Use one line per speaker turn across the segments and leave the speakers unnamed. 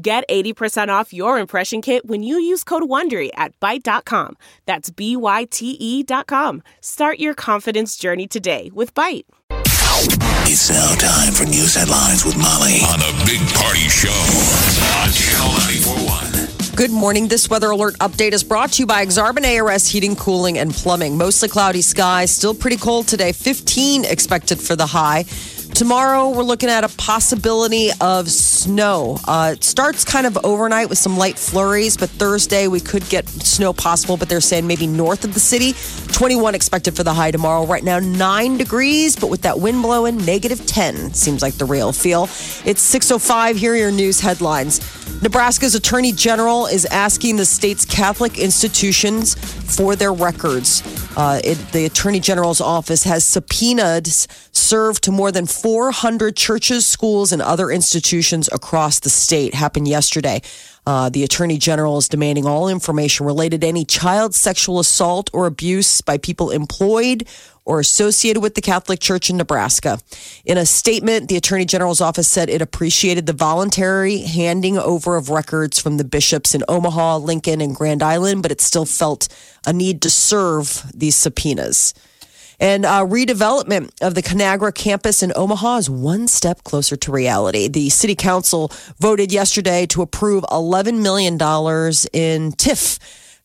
Get 80% off your impression kit when you use code WONDERY at Byte.com. That's B-Y-T-E E dot com. Start your confidence journey today with Byte.
It's now time for news headlines with Molly on the Big Party Show on Channel 941.
Good morning. This weather alert update is brought to you by Exarban ARS Heating, Cooling, and Plumbing. Mostly cloudy skies, still pretty cold today. 15 expected for the high. Tomorrow, we're looking at a possibility of snow. Uh, it starts kind of overnight with some light flurries, but Thursday we could get snow possible, but they're saying maybe north of the city. 21 expected for the high tomorrow. Right now, 9 degrees, but with that wind blowing, negative 10 seems like the real feel. It's 6.05. Here are your news headlines. Nebraska's attorney general is asking the state's Catholic institutions for their records. Uh, it, the attorney general's office has subpoenas served to more than 400 churches, schools, and other institutions across the state. Happened yesterday. Uh, the attorney general is demanding all information related to any child sexual assault or abuse by people employed or associated with the Catholic Church in Nebraska. In a statement, the attorney general's office said it appreciated the voluntary handing over of records from the bishops in Omaha, Lincoln, and Grand Island, but it still felt a need to serve these subpoenas. And uh, redevelopment of the Conagra campus in Omaha is one step closer to reality. The city council voted yesterday to approve $11 million in TIF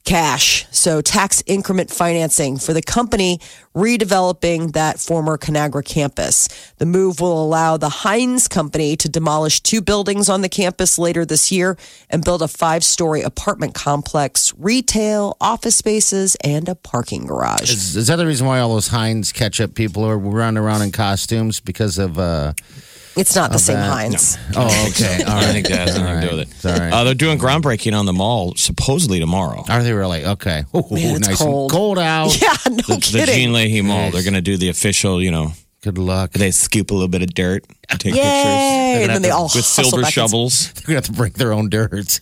cash, so tax increment financing for the company redeveloping that former Conagra campus. The move will allow the Heinz company to demolish two buildings on the campus later this year and build a five story apartment complex, retail, office spaces, and a parking garage.
Is, is that the reason why all those Heinz ketchup people are running around in costumes because of? uh
It's not the same
that.
Heinz.
Oh, okay. All
I
right.
think that has nothing to do with it.
All right.
Uh, they're doing groundbreaking on the mall supposedly tomorrow.
Are they really okay? Oh,
Man, it's
nice
cold.
and cold out.
Yeah, no
The, the
kidding.
Jean Leahy Mall. They're going to do the official, you know,
Good luck. They're
they scoop a little bit of dirt, take pictures
Uh, Yay! And then they all
with
hustle,
silver
back, in-
shovels.
gonna have to break their own dirt.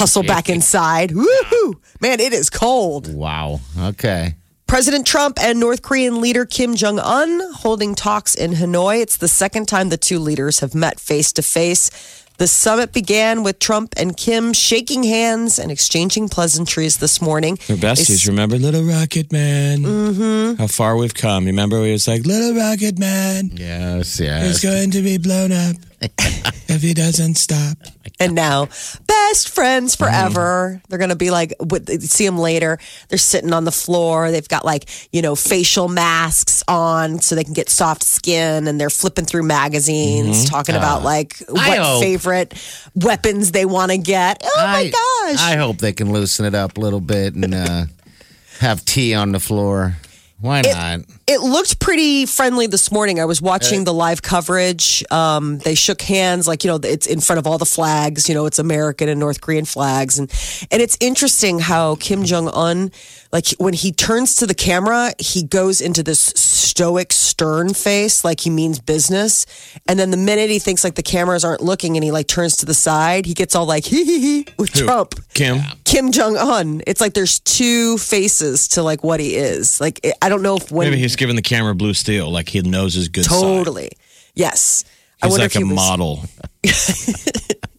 hustle back inside. Woohoo! Man, it is cold.
wow. Okay.
President Trump and North Korean leader Kim Jong un holding talks in Hanoi. It's the second time the two leaders have met face to face. The summit began with Trump and Kim shaking hands and exchanging pleasantries this morning.
They're besties. Remember Little Rocket Man? Mm-hmm. How far we've come. Remember we was like, Little Rocket Man
Yes.
is
Yes.
going to be blown up if he doesn't stop.
and now best friends forever. They're gonna be like, with- see them later. They're sitting on the floor. They've got like you know facial masks on so they can get soft skin, and they're flipping through magazines talking about like what
Mm-hmm. Uh, hope.
favorite weapons they want to get. Oh my
I-
gosh!
I hope they can loosen it up a little bit and uh, have tea on the floor. Why not?
it looked pretty friendly this morning. I was watching the live coverage. Um, they shook hands, like you know, it's in front of all the flags. You know, it's American and North Korean flags, and and it's interesting how Kim Jong Un, like when he turns to the camera, he goes into this stoic, stern face, like he means business. And then the minute he thinks like the cameras aren't looking, and he like turns to the side, he gets all like hee hee hee with Trump.
Kim.
Kim Jong Un. It's like there's two faces to like what he is. Like it- I don't know if when
Maybe he's giving the camera blue steel, like he knows his good side.
Totally. Yes. I
He's
wonder
like
if he
a
was,
model.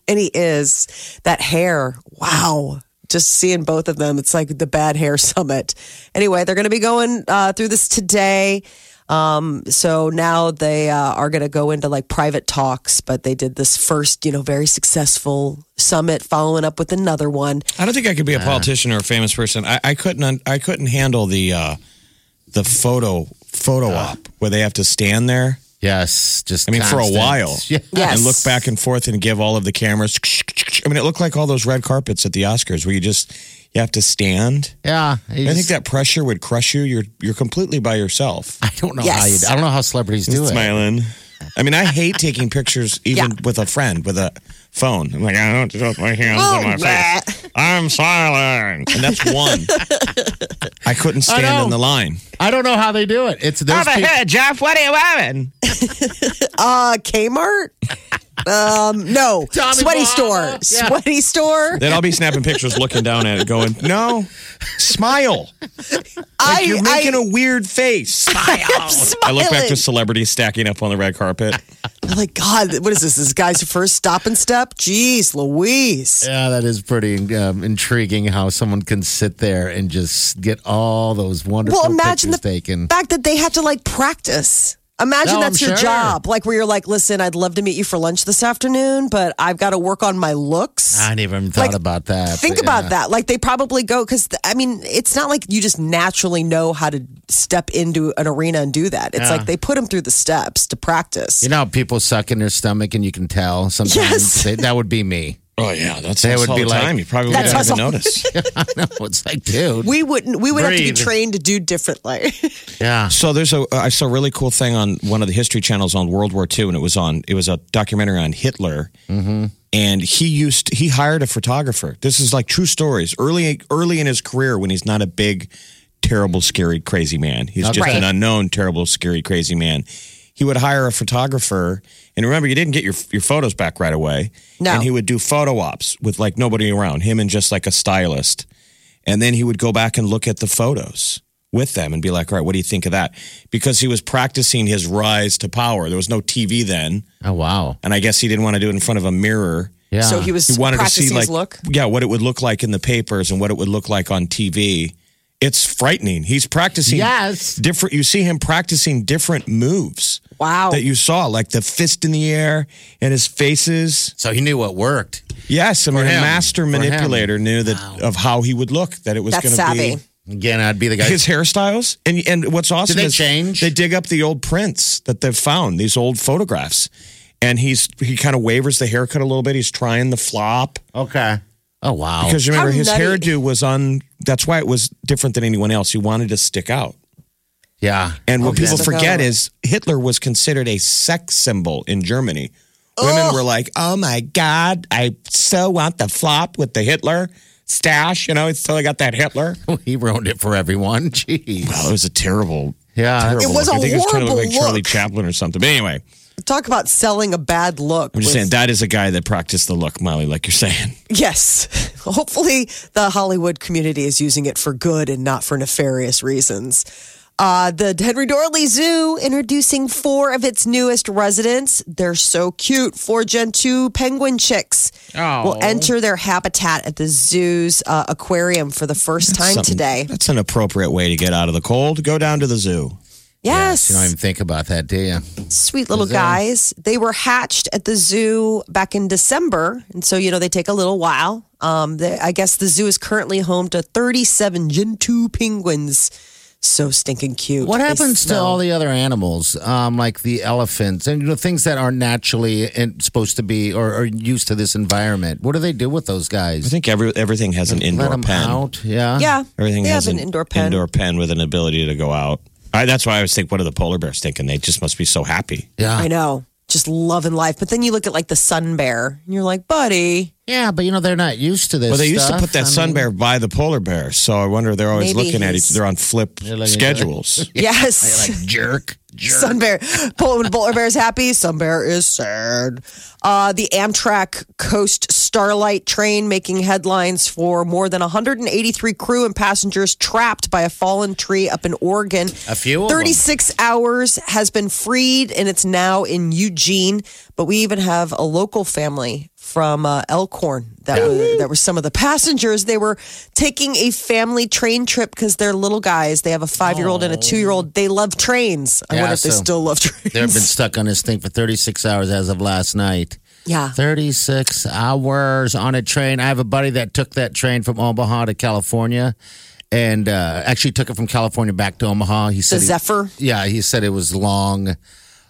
and he is. That hair. Wow. Just seeing both of them, it's like the bad hair summit. Anyway, they're going to be going uh, through this today. Um, so now they uh, are going to go into like private talks, but they did this first, you know, very successful summit, following up with another one.
I don't think I could be a politician or a famous person. I, I couldn't. un- I couldn't handle the uh, the photo photo op where they have to stand there.
Yes. Just.
I mean, for a
constant.
while,
Yeah.
Yes.
and look back and forth and give all of the cameras. I mean, it looked like all those red carpets at the Oscars where you just you have to stand.
Yeah.
I think that pressure would crush you. You're you're completely by yourself,
I don't know how you.
Yes.
I don't know how celebrities do it.
smiling. I mean, I hate taking pictures even
Yeah.
with a friend, with a phone. I'm like, I don't trust my hands on my face. I'm silent. And that's one. I couldn't stand
know.
in the line.
I don't know how they do it. It's those people.
Jeff. What are you wearing?
Uh, Kmart? um, no.
Tommy
Sweaty
Bahama?
store.
Yeah.
Sweaty store.
Then I'll be snapping pictures looking down at it, going, No, smile.
I,
You're
I,
making a weird face.
am
I
smiling.
look back to celebrities stacking up on the red carpet.
I'm like, God, what is this? This guy's first stop and step? Jeez Louise.
Yeah, that is pretty um, intriguing how someone can sit there and just get all those wonderful
Well, imagine the
pictures taken.
fact that they have to like practice. Imagine
No,
that's
I'm
your
sure.
job, like where you're like, listen, I'd love to meet you for lunch this afternoon, but I've got to work on my looks.
I hadn't even thought
Like,
about that.
Think
but
about
yeah.
that. Like they probably go because I mean, it's not like you just naturally know how to step into an arena and do that. It's
Yeah.
like they put them through the steps to practice.
You know, how people suck in their stomach, and you can tell sometimes.
Yes.
They, that would be me.
Oh, yeah. That's
They
us
would
all
be
the
like-
time. You probably
That's us
wouldn't even
all-
notice.
I know. It's like, dude.
we wouldn't. We would have to be
Breathe.
trained to do differently.
yeah.
So there's a I saw a really cool thing on one of the history channels on World War II, and it was on it was a documentary on Hitler, and he used he hired a photographer. This is like true stories. Early early in his career, when he's not a big, terrible, scary, crazy man, he's just an unknown, terrible, scary, crazy man. He would hire a photographer, and remember, you didn't get your your photos back right away.
No.
and he would do photo ops with like nobody around, him and just like a stylist. And then he would go back and look at the photos with them and be like, all right, what do you think of that? Because he was practicing his rise to power. There was no TV then.
Oh wow.
And I guess he didn't want to do it in front of a mirror.
Yeah.
So he was
He wanted to
practicing
see like
his look.
yeah, what it would look like in the papers and what it would look like on TV. It's frightening. He's practicing
Yes.
different you see him practicing different moves.
Wow.
That you saw, like the fist in the air and his faces.
So he knew what worked.
Yes, I mean, a
him.
master
For him.
manipulator knew that of how he would look. That it was
That's
going to
savvy.
be
Again, I'd be the guy.
his hairstyles and and what's awesome
they
is
change?
they dig up the old prints that they've found these old photographs and he's he kind of wavers the haircut a little bit he's trying the flop
Okay. Oh wow.
because remember his
nutty.
hairdo was on that's why it was different than anyone else he wanted to stick out
yeah.
and what
Okay.
people
Stick
forget
out.
is hitler was considered a sex symbol in germany women were like oh my god i so want the flop with the hitler stash you know it's still got that hitler
he ruined it for everyone. Jeez.
oh it was a terrible
Yeah.
terrible
It was
look.
a
I think he was trying to look like
horrible
Charlie
look.
Chaplin or something. But anyway,
Talk about selling a bad look.
I'm just
with-
saying that is a guy that practiced the look, Molly, like you're saying.
Yes. Hopefully, the Hollywood community is using it for good and not for nefarious reasons. Uh, the Henry Dorley Zoo introducing four of its newest residents. They're so cute. Four Gen 2 penguin chicks will enter their habitat at the zoo's uh, aquarium for the first time
Something-
today.
That's an appropriate way to get out of the cold. Go down to the zoo.
Yes.
You don't even think about that, do you?
sweet little guys. They were hatched at the zoo back in December, and so you know they take a little while. Um, they, I guess the zoo is currently home to 37 Gentoo penguins. So stinking cute.
What
They
happens to
smell-
all the other animals, um, like the elephants and you know things that are naturally in, supposed to be or are used to this environment? What do they do with those
I
guys?
think every everything has an indoor
Let them
pen.
out? Yeah.
Yeah,
Everything
they
has
have an indoor pen.
indoor pen with an ability to go out. I, that's why I always think, what are the polar bears thinking? They just must be so happy.
Yeah.
I know, just loving life. But then you look at like the sun bear, and you're like, buddy,
Yeah, but you know they're not used to this.
Well, they used to put that sun
sun
bear by the polar bear, so I wonder they're always
Maybe
looking at
he's-
each. They're on flip
looking at each other.
schedules.
yes.
jerk. Jerk.
Sun Bear. Pol- When Polar Bear's happy, Sun Bear is sad. Uh, the Amtrak Coast Starlight train making headlines for more than 183 crew and passengers trapped by a fallen tree up in Oregon.
A few of them.
36 hours has been freed and it's now in Eugene. But we even have a local family from uh, Elkhorn that were, that were some of the passengers. They were taking a family train trip because they're little guys. They have a five year old and a two year old. They love trains. I
Yeah,
wonder if they
so
still love trains.
They've been stuck on this thing for 36 hours as of last night.
yeah.
36 hours on a train. I have a buddy that took that train from Omaha to California and uh, actually took it from California back to Omaha. He
The
said, he-
Zephyr.
yeah, he said it was long,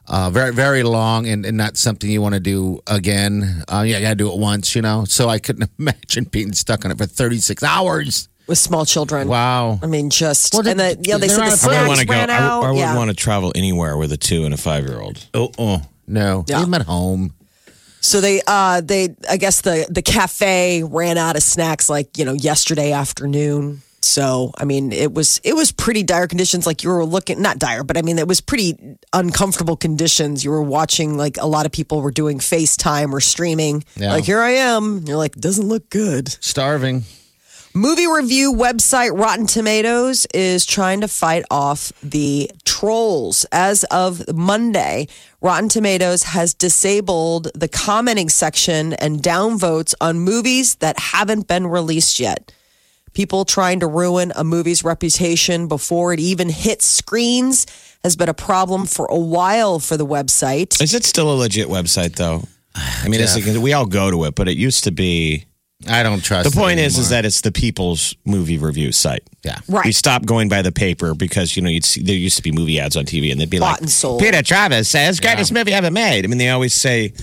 uh, very, very long and, and not something you want to do again. Uh, yeah, you got to do it once, you know? So I couldn't imagine being stuck on it for 36 hours.
with small children.
Wow.
I mean, just
Well,
and
they-
the, you know, they said the
they're not afraid. Snacks
I would
snacks
want to go.
ran
I,
out.
would- I would
yeah.
want to travel anywhere with a two and a five year old.
Oh, oh. No,
Yeah.
leave them at home.
So they, uh, they, I guess the the cafe ran out of snacks like you know yesterday afternoon. So I mean, it was it was pretty dire conditions. Like you were looking, not dire, but I mean, it was pretty uncomfortable conditions. You were watching like a lot of people were doing FaceTime or streaming.
Yeah.
Like here I am. You're like, doesn't look good.
Starving.
Movie review website Rotten Tomatoes is trying to fight off the trolls. As of Monday, Rotten Tomatoes has disabled the commenting section and downvotes on movies that haven't been released yet. People trying to ruin a movie's reputation before it even hits screens has been a problem for a while for the website.
Is it still a legit website though? I mean, it's like, we all go to it, but it used to be.
I don't trust.
The point
it
is, is
anymore.
that it's the people's movie review site.
Yeah.
Right.
We stopped going by the paper because you know you'd see, there used to be movie ads on TV, and they'd be
Bought
like,
and sold.
"Peter Travis says greatest movie ever made." I mean, they always say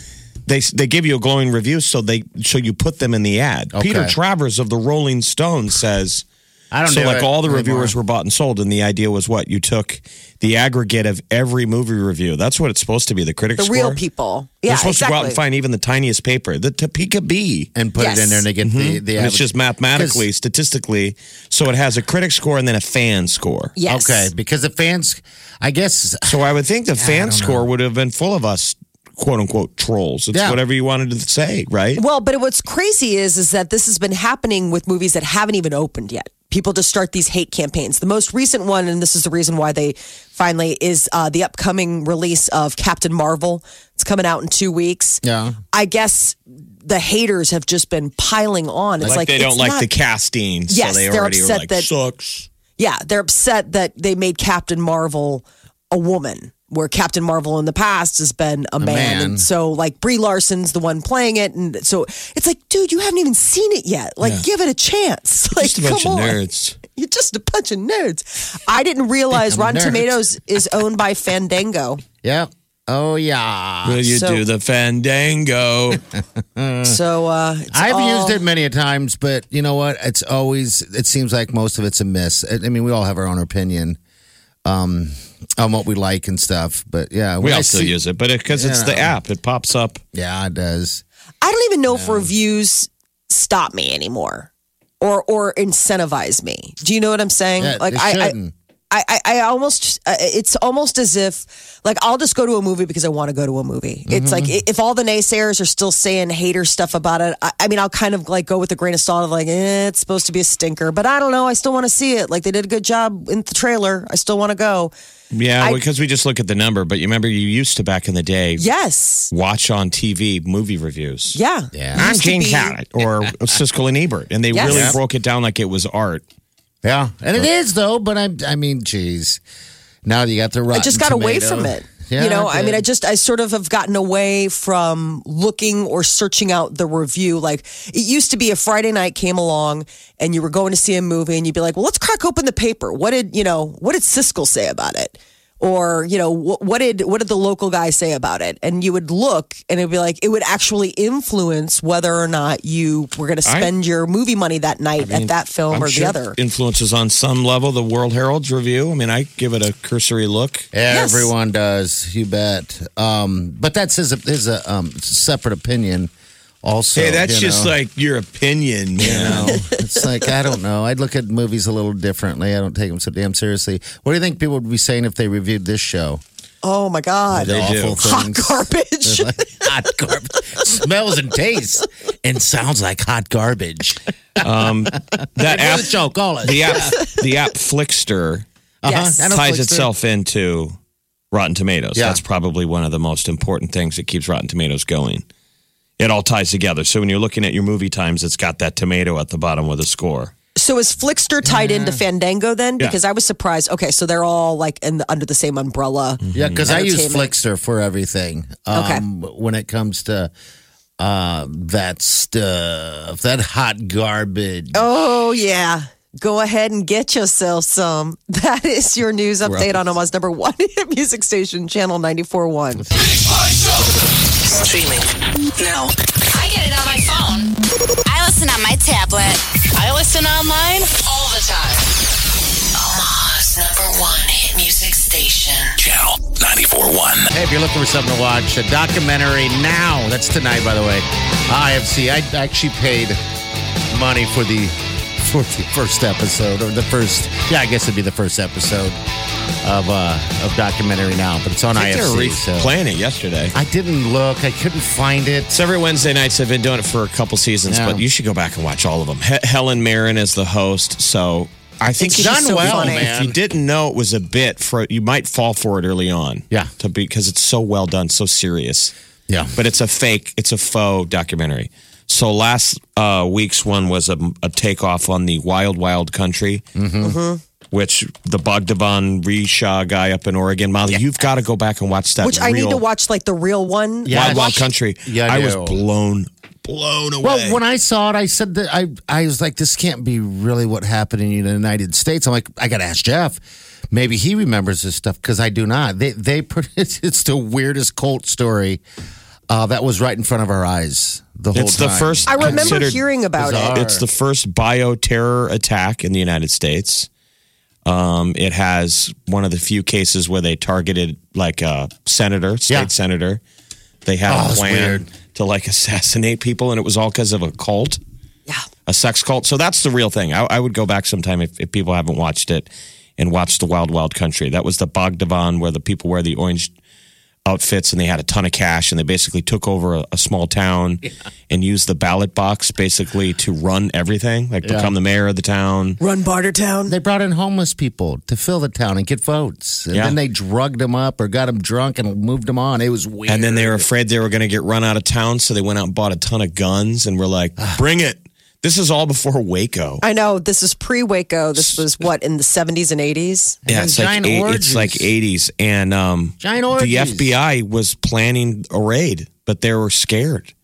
they they give you a glowing review, so they so you put them in the ad.
Okay.
Peter Travers of the Rolling Stones says.
I don't
So,
do
like,
it
all the
anymore.
reviewers were bought and sold, and the idea was what you took the aggregate of every movie review. That's what it's supposed to be. The critics,
The real people. Yeah,
They're supposed to go out
exactly.
and find even the tiniest paper, the Topeka Bee.
and put it in
Yes.
there and they get the the.
Mm-hmm. And it's just mathematically, statistically, so it has a critic score and then a fan score.
Yes.
Okay, because the fans, I guess.
So I would think the fan score would have been full of us, quote unquote, trolls. It's
Yeah.
whatever you wanted to say, right?
Well, but what's crazy is is that this has been happening with movies that haven't even opened yet. People just start these hate campaigns. The most recent one, and this is the reason why they finally is uh, the upcoming release of Captain Marvel. It's coming out in two weeks.
Yeah.
I guess the haters have just been piling on. It's like,
they
it's
don't like
not-
the casting. so
Yes,
they
they're
already
upset
were like,
that-
sucks.
Yeah, they're upset that they made Captain Marvel a woman, where Captain Marvel in the past has been a, man.
man.
And so, like, Brie Larson's the one playing it. And so it's like, dude, you haven't even seen it yet. Like, give it a chance. Like,
Just a bunch
come
of
on.
nerds.
You're just a bunch of nerds. I didn't realize
I'm a
Rotten
nerd.
Tomatoes is owned by Fandango.
Yeah. Oh yeah.
Will you
so-
do the fandango?
So, uh, it's
I've
all-
used it many a times, but you know what? It's always. It seems like most of it's a miss. I I mean, we all have our own opinion, um, on what we like and stuff. But yeah,
we all still use it, but because it's the app, it pops up.
Yeah, it does.
I don't even know if reviews stop me anymore or or incentivize me. Do you know what I'm saying?
Yeah, they
Um, I, I
shouldn't.
I I I almost uh, it's almost as if like I'll just go to a movie because I want to go to a movie. It's like i- if all the naysayers are still saying hater stuff about it, I, I mean I'll kind of like go with a grain of salt of like eh, it's supposed to be a stinker, but I don't know. I still want to see it. Like they did a good job in the trailer. I still want to go.
Yeah, because we just look at the number, but you remember you used to back in the day
Yes.
watch on TV movie reviews.
Yeah.
Yeah.
I'm
Used to
Gene
be-
Hackett or Siskel and Ebert, and they
Yes.
really
Yep.
broke it down like it was art.
Yeah, and it is though. But I, I mean, geez, now that you got the rotten.
I just got away from it. you know, I mean, I just, I sort of have gotten away from looking or searching out the review. Like it used to be a Friday night came along and you were going to see a movie and you'd be like, well, let's crack open the paper. What did, you know, what did Siskel say about it? Or, you know, what, what did, what did the local guy say about it? And you would look and it'd be like, it would actually influence whether or not you were going to
I-
spend your movie money that night at that film
I'm
or
sure
the other.
influences on some level the World Herald's review. I mean, I give it a cursory look.
Everyone does, you bet. Um, but that's his his uh, um, separate opinion. Also,
hey, that's
you
just
know.
like your opinion, man.
it's like I don't know. I'd look at movies a little differently. I don't take them so damn seriously. What do you think people would be saying if they reviewed this show?
Oh my God.
The awful
Hot
things.
garbage.
hot garbage smells and tastes and sounds like hot garbage.
that app,
That's a joke. Call it. Uh-huh.
the app, the app Flickster
Yes.
I know
ties
Flickster.
itself into Rotten Tomatoes.
Yeah.
That's probably one of the most important things that keeps Rotten Tomatoes going. It all ties together. So when you're looking at your movie times, it's got that tomato at the bottom with a score.
So is Flickster tied into
Mm.
Fandango then?
Yeah.
Because I was surprised. Okay, so they're all like in the, under the same umbrella.
Yeah, because I use
Entertainment.
Flickster for everything. Um, When it comes to uh, that stuff, that hot garbage.
Oh yeah. Go ahead and get yourself some. That is your news update on Omaha's number one hit music station, Channel 94.1.
Streaming now.
I get it on my phone. I listen on my tablet. I listen online all the time.
Omaha's number one hit music station.
Channel 941.
Hey, if you're looking for something to watch, a documentary now. That's tonight, by the way. IFC. I actually paid money for the for the first episode or the first. Yeah, I guess it'd be the first episode of uh of documentary now, but it's on
I think they were
IFC. So
replaying it yesterday.
I didn't look. I couldn't find it.
It's every Wednesday nights. I've been doing it for a couple seasons,
Yeah.
but you should go back and watch all of them. He- Helen Mirren is the host, so I think
It's
if-
done so well, funny.
If you didn't know it was a bit for, you might fall for it early on.
Yeah.
to be because it's so well done, so serious.
Yeah,
But it's a fake, it's a faux documentary. So last uh, week's one was a, a takeoff on the Wild Wild Country,
Mm-hmm.
which the Bogdavan Risha guy up in Oregon. Molly, you've got to go back and watch that.
Which I need
real
to watch like the real one.
Yeah,
Wild Wild
watch-
Country.
Yeah, I
I, was
do.
blown, blown away.
Well, when I saw it, I said that I I was like, this can't be really what happened in the United States. I'm like, I got to ask Jeff. Maybe he remembers this stuff because I do not. They they put- it's, it's the weirdest cult story uh, that was right in front of our eyes the whole
It's
time.
the first.
I remember
considered-
hearing about
bizarre.
it.
It's the first bioterror attack in the United States. Um, it has one of the few cases where they targeted like a senator, state
Yeah.
senator. They had
Oh,
a
that's
plan
weird.
to like assassinate people, and it was all because of a cult,
Yeah.
a sex cult. So that's the real thing. I, I would go back sometime if, if people haven't watched it and watch the Wild Wild Country. That was the Bogdavan where the people wear the orange outfits and they had a ton of cash and they basically took over a, a small town and used the ballot box basically to run everything, like become the mayor of the town.
Run Bartertown.
They brought in homeless people to fill the town and get votes, and
Yeah.
then they drugged them up or got them drunk and moved them on. It was weird.
And then they were afraid they were going to get run out of town, so they went out and bought a ton of guns and were like, "Bring it!" This is all before Waco.
I know this is pre Waco. This was what in the 70s and 80s.
Yeah,
And
it's like
giant
eight,
orgies.
it's like eighties, and um,
Giant
the
orgies.
FBI was planning a raid, but they were scared.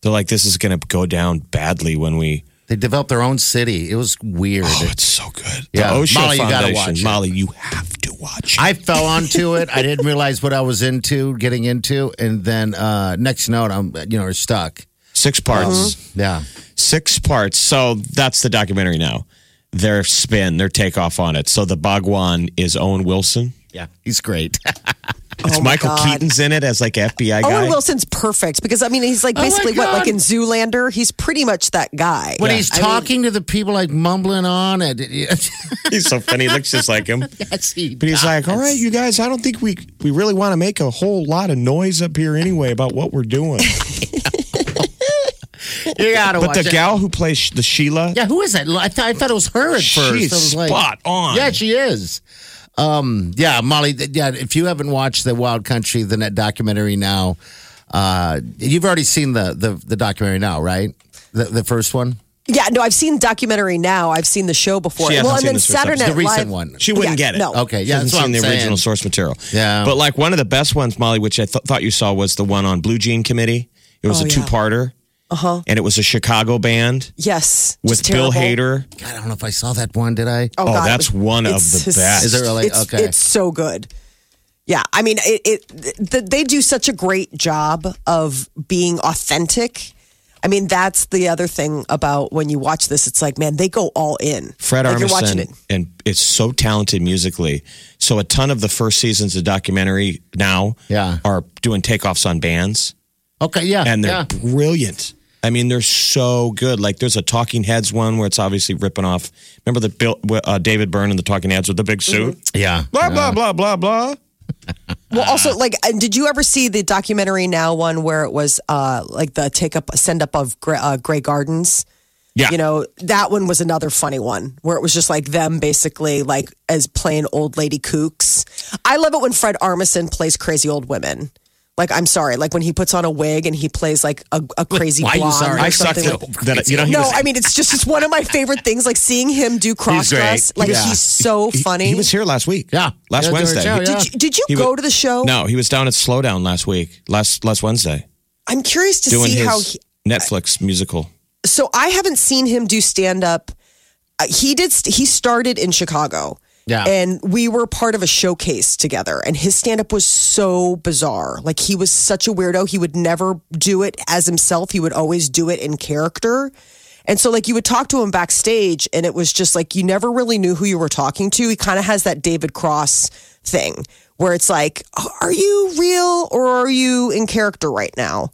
They're like, "This is going to go down badly when we."
They developed their own city. It was weird.
Oh, it's so good.
Yeah.
the OSHA
Molly, you gotta
Foundation.
watch it.
Molly, you have to watch. it.
I fell onto it. I didn't realize what I was into, getting into, and then uh, next note, I'm you know stuck.
Six parts.
Yeah.
Six parts. So that's the documentary now. Their spin, their takeoff on it. So the Bhagwan is Owen Wilson.
Yeah. He's great. Oh
It's
my
Michael
God.
Keaton's in it as like FBI guy.
Owen Wilson's perfect because I mean he's like
Oh my
basically what
God.
like in Zoolander. He's pretty much that guy.
when he's talking to the people, like mumbling on it.
He's so funny. He looks just like him.
yes, he
But he's like, all right, you guys, I don't think we we really want to make a whole lot of noise up here anyway about what we're doing.
you gotta
but
watch
the
it.
gal who plays Sh- the Sheila,
Yeah, who is that? I, thought I thought it was her at first.
She's
I was like,
spot on.
Yeah, she is. Um, yeah, Molly. th- Yeah, if you haven't watched the Wild Country, the net documentary now, uh, you've already seen the, the the documentary now, right? The the first one,
Yeah, no, I've seen documentary now. I've seen the show before.
She hasn't
well, and
seen
then
this with
Saturday
us.
Night
the
Live.
recent one.
she wouldn't
Yeah,
get it.
no.
Okay,
She
yeah, that's what
hasn't Oh, seen
I'm
the
saying.
original source material.
Yeah.
But like one of the best ones, Molly, which I th- thought you saw was the one on Blue Jean Committee. It was
Oh,
a
yeah.
two parter. Uh huh. And it was a Chicago band
Yes,
with
just
Bill
terrible.
Hader.
God, I don't know if I saw that one. Did I?
Oh,
God,
that's
it-
one of
it's
the best.
Is it really?
It's,
Okay.
it's so good. Yeah, I mean, it, it th- they do such a great job of being authentic. I mean, that's the other thing about when you watch this. It's like, man, they go all in.
Fred
like You're watching
Armisen,
it.
and it's so talented musically. So a ton of the first seasons of documentary now
Yeah.
are doing takeoffs on bands,
Okay, yeah,
and they're
yeah.
brilliant. I mean, they're so good. Like there's a Talking Heads one where it's obviously ripping off. Remember the Bill, uh, David Byrne and the Talking Heads with the big suit?
Mm-hmm. Yeah.
Blah blah blah blah blah.
Well,
Ah.
also, like, and did you ever see the documentary now one where it was uh like the take up send up of Gre- uh, Gray Gardens?
Yeah,
You know, that one was another funny one where it was just like them basically like as plain old lady kooks. I love it when Fred Armisen plays crazy old women. Like, I'm sorry, like when he puts on a wig and he plays like a, a crazy
Why are you
blonde.
sorry?
or
I sucked
something
at
like-
that. You know, he
no,
was,
I mean it's just it's one of my favorite things. Like seeing him do cross dress, like
Yeah.
he's so
he-
funny.
He was here last week.
Yeah.
last
Yeah, during
Wednesday.
show,
He-
yeah.
did you, did you
He
go
was-
to the show?
No, he was down at Slowdown last week. Last last Wednesday.
I'm curious to
doing
see
his
how. He,
Netflix musical.
so I haven't seen him do stand up. Uh, he did. St- he started in Chicago.
Yeah.
And we were part of a showcase together, and his stand up was so bizarre. Like, he was such a weirdo. He would never do it as himself, he would always do it in character. And so, like, you would talk to him backstage, and it was just like you never really knew who you were talking to. He kind of has that David Cross thing where it's like, are you real or are you in character right now?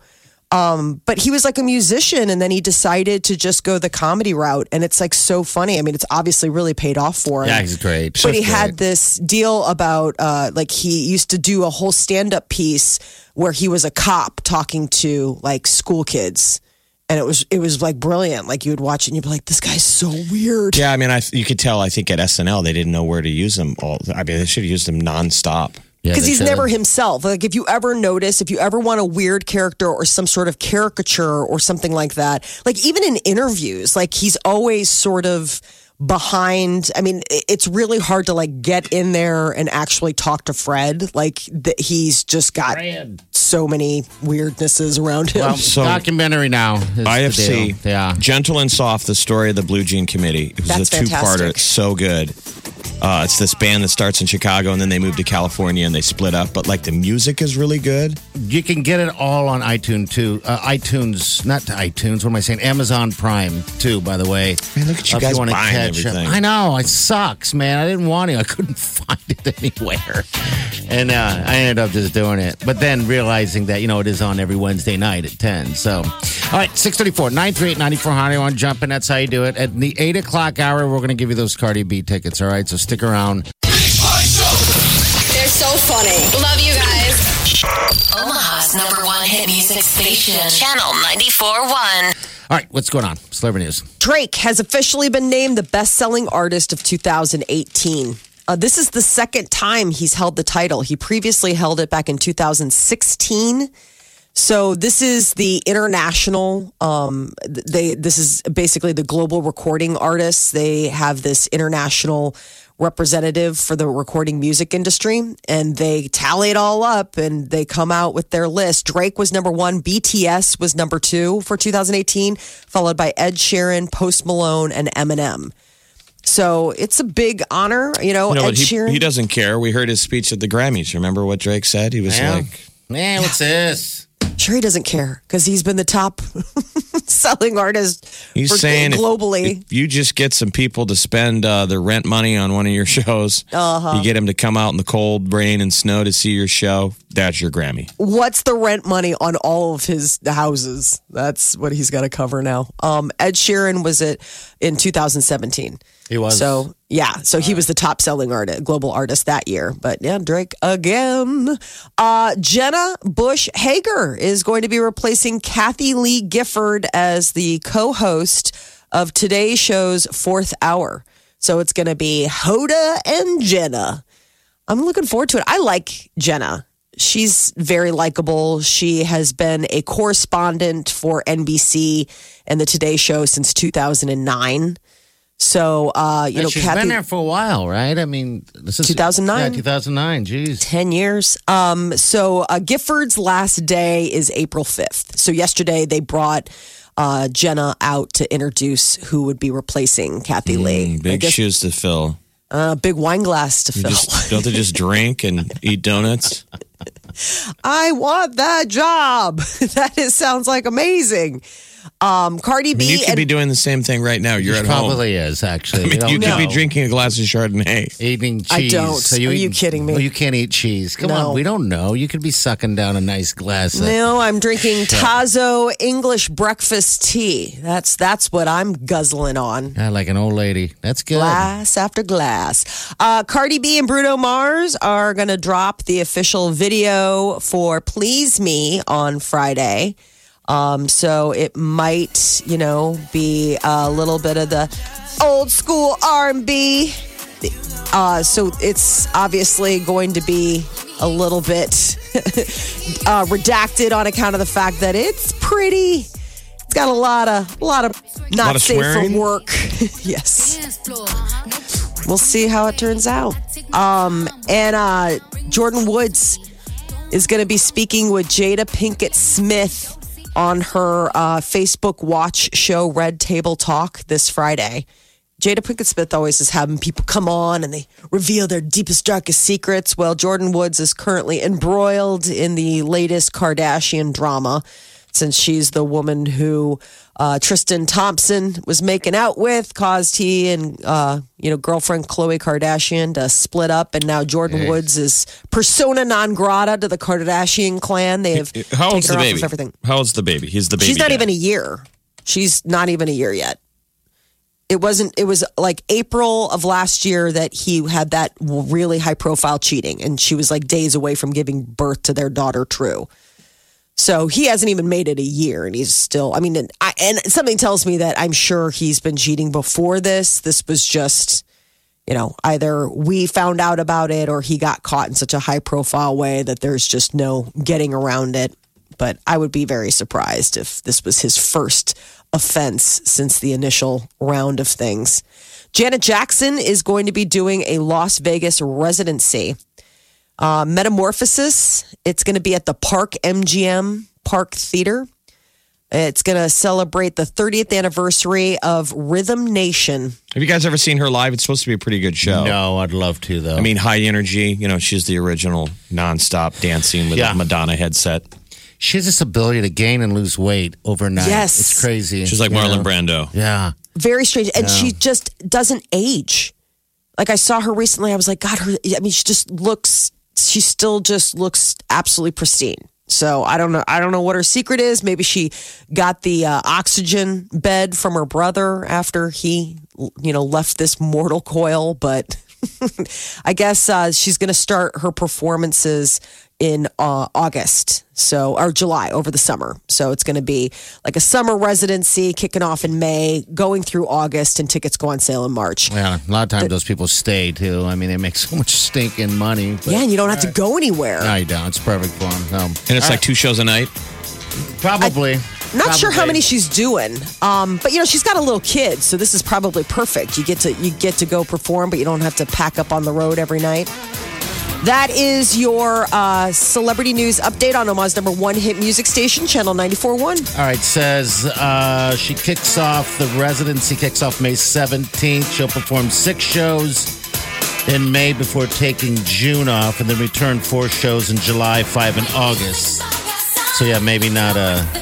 Um, but he was like a musician and then he decided to just go the comedy route. And it's like so funny. I mean, it's obviously really paid off for him.
Yeah, he's great.
But he
She's
had
great.
this deal about uh, like he used to do a whole stand up piece where he was a cop talking to like school kids. And it was it was like brilliant. Like you would watch it and you'd be like, this guy's so weird.
Yeah, I mean, I, you could tell. I think at SNL they didn't know where to use them. All I mean, they should have used them nonstop.
Yeah,
because
they
he's
should.
never himself. Like if you ever notice, if you ever want a weird character or some sort of caricature or something like that, like even in interviews, like he's always sort of behind. I mean, i- it's really hard to like get in there and actually talk to Fred. Like th- he's just got so many weirdnesses around him.
Well, documentary now. is the
IFC,
deal. Yeah.
Gentle and Soft, the story of the Blue Jean Committee. It was
That's
a two-parter.
fantastic.
It's so good. Uh, it's this band that starts in Chicago and then they move to California and they split up. But like the music is really good.
You can get it all on iTunes too. Uh, iTunes, not iTunes. What am I saying? Amazon Prime too. By the way,
Man, look at you
If
guys
wanna
buying everything.
Up. I know it sucks, man. I didn't want it. I couldn't find it anywhere, and uh, I ended up just doing it. But then realizing that you know it is on every Wednesday night at ten. So, all right, six thirty four nine three eight ninety four oh, hundred. On jumping, that's how you do it. At the eight o'clock hour, we're going to give you those Cardi B tickets. All right, so stick around.
They're so funny.
Love you guys.
Omaha's number one hit music station. Channel 94.1.
All right, what's going on? Celebrity news.
Drake has officially been named the best selling artist of 2018. Uh, this is the second time he's held the title. He previously held it back in 2016. So this is the international. Um, th- they this is basically the global recording artists. They have this international representative for the recording music industry, and they tally it all up and they come out with their list. Drake was number one. BTS was number two for 2018, followed by Ed Sheeran, Post Malone, and Eminem. So it's a big honor, you know.
No,
Ed
but he,
Sheeran.
he doesn't care. We heard his speech at the Grammys. Remember what Drake said? He was like,
man, what's this?
Sure, he doesn't care because he's been the top selling artist.
he's
for-
saying if-
globally.
If, you just get some people to spend uh, their rent money on one of your shows,
Uh-huh.
you get them to come out in the cold rain and snow to see your show. That's your Grammy.
What's the rent money on all of his houses? That's what he's got to cover now. Um, Ed Sheeran was it in 2017.
He was.
So yeah, so he was the top selling artist, global artist that year. But yeah, Drake again. Uh, Jenna Bush Hager is going to be replacing Kathy Lee Gifford as the co-host of today's show's fourth hour. So it's going to be Hoda and Jenna. I'm looking forward to it. I like Jenna. She's very likable. She has been a correspondent for NBC and the Today Show since 2009. So, uh, you know,
And she's
Kathy,
been there for a while, right? I mean, this is
2009.
Yeah, 2009. Jeez.
10 years. Um, so, uh, Gifford's last day is April 5th. So, yesterday they brought uh, Jenna out to introduce who would be replacing Kathy
Hmm,
Lee. I
Mm, Big
guess,
shoes to fill.
uh, big wine glass to fill.
Just, don't they just drink and eat donuts?
I want that job. that is, sounds like amazing. Um, Cardi
I mean, you
B
could
and
be doing the same thing right now. You're
It
at home.
probably is actually.
I mean,
don't
you could be
know.
drinking a glass of Chardonnay.
Eating
I
cheese.
don't. Are you
eating-
kidding me?
Well, you can't eat cheese. Come
No.
on, we don't know. You could be sucking down a nice glass. of-
No, I'm drinking Tazo English breakfast tea. That's that's what I'm guzzling on.
Yeah, like an old lady. That's good.
Glass after glass. Uh, Cardi B and Bruno Mars are going to drop the official video for Please Me on Friday. Um, so it might, you know, be a little bit of the old school R&B. Uh, so it's obviously going to be a little bit uh, redacted on account of the fact that it's pretty. It's got a lot of, a lot of not
of
safe
swearing?
for work. yes we'll see how it turns out. Um, and uh, Jordan Woods is going to be speaking with Jada Pinkett Smith on her uh, Facebook Watch show, Red Table Talk, this Friday. Jada Pinkett Smith always is having people come on and they reveal their deepest, darkest secrets. Well, Jordan Woods is currently embroiled in the latest Kardashian drama. since she's the woman who uh, Tristan Thompson was making out with, caused he and uh, you know girlfriend Khloe Kardashian to split up, and now Jordan Woods is persona non grata to the Kardashian clan. They have
How
taken
old's the
her
baby?
off of everything.
How old's the baby? He's the baby.
She's not
dad.
even a year. She's not even a year yet. It wasn't. It was like April of last year that he had that really high profile cheating, and she was like days away from giving birth to their daughter. True. So he hasn't even made it a year, and he's still. I mean, and, I, and something tells me that I'm sure he's been cheating before this. This was just, you know, either we found out about it or he got caught in such a high profile way that there's just no getting around it. But I would be very surprised if this was his first offense since the initial round of things. Janet Jackson is going to be doing a Las Vegas residency. Uh, Metamorphosis. It's going to be at the Park MGM Park Theater. It's going to celebrate the 30th anniversary of Rhythm Nation.
Have you guys ever seen her live? It's supposed to be a pretty good show.
No, I'd love to though.
I mean, high energy. You know, she's the original nonstop dancing with
Yeah.
a Madonna headset.
she has this ability to gain and lose weight overnight.
Yes.
it's crazy.
She's like
you know?
Marlon Brando.
Yeah,
Very strange. And she just doesn't age. Like I saw her recently. I was like, God, her, I mean, she just looks, she still just looks absolutely pristine. So I don't know. I don't know what her secret is. Maybe she got the uh, oxygen bed from her brother after he, you know, left this mortal coil. But I guess uh, she's going to start her performances in uh, August, so or July over the summer. So it's going to be like a summer residency kicking off in May, going through August, and tickets go on sale in March.
yeah. A lot of times those people stay too. I mean, they make so much stinking money. But
Yeah, and you don't have to go anywhere.
I don't. It's perfect for them. Um,
And it's like two shows a night.
probably.
Not sure how many
probably.
she's doing, um, but you know she's got a little kid, so this is probably perfect. You get to you get to go perform, but you don't have to pack up on the road every night. That is your uh, celebrity news update on Omaha's number one hit music station, Channel 94.1.
All right, says uh, she kicks off the residency kicks off May 17th. She'll perform six shows in May before taking June off, and then return four shows in July, five in August. So yeah, maybe not uh, a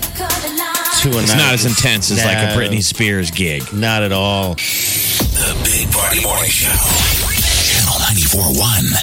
two a
It's
night.
not as intense as like a
No,
Britney Spears gig.
Not at all.
The Big Party Morning Show. Channel 94.1.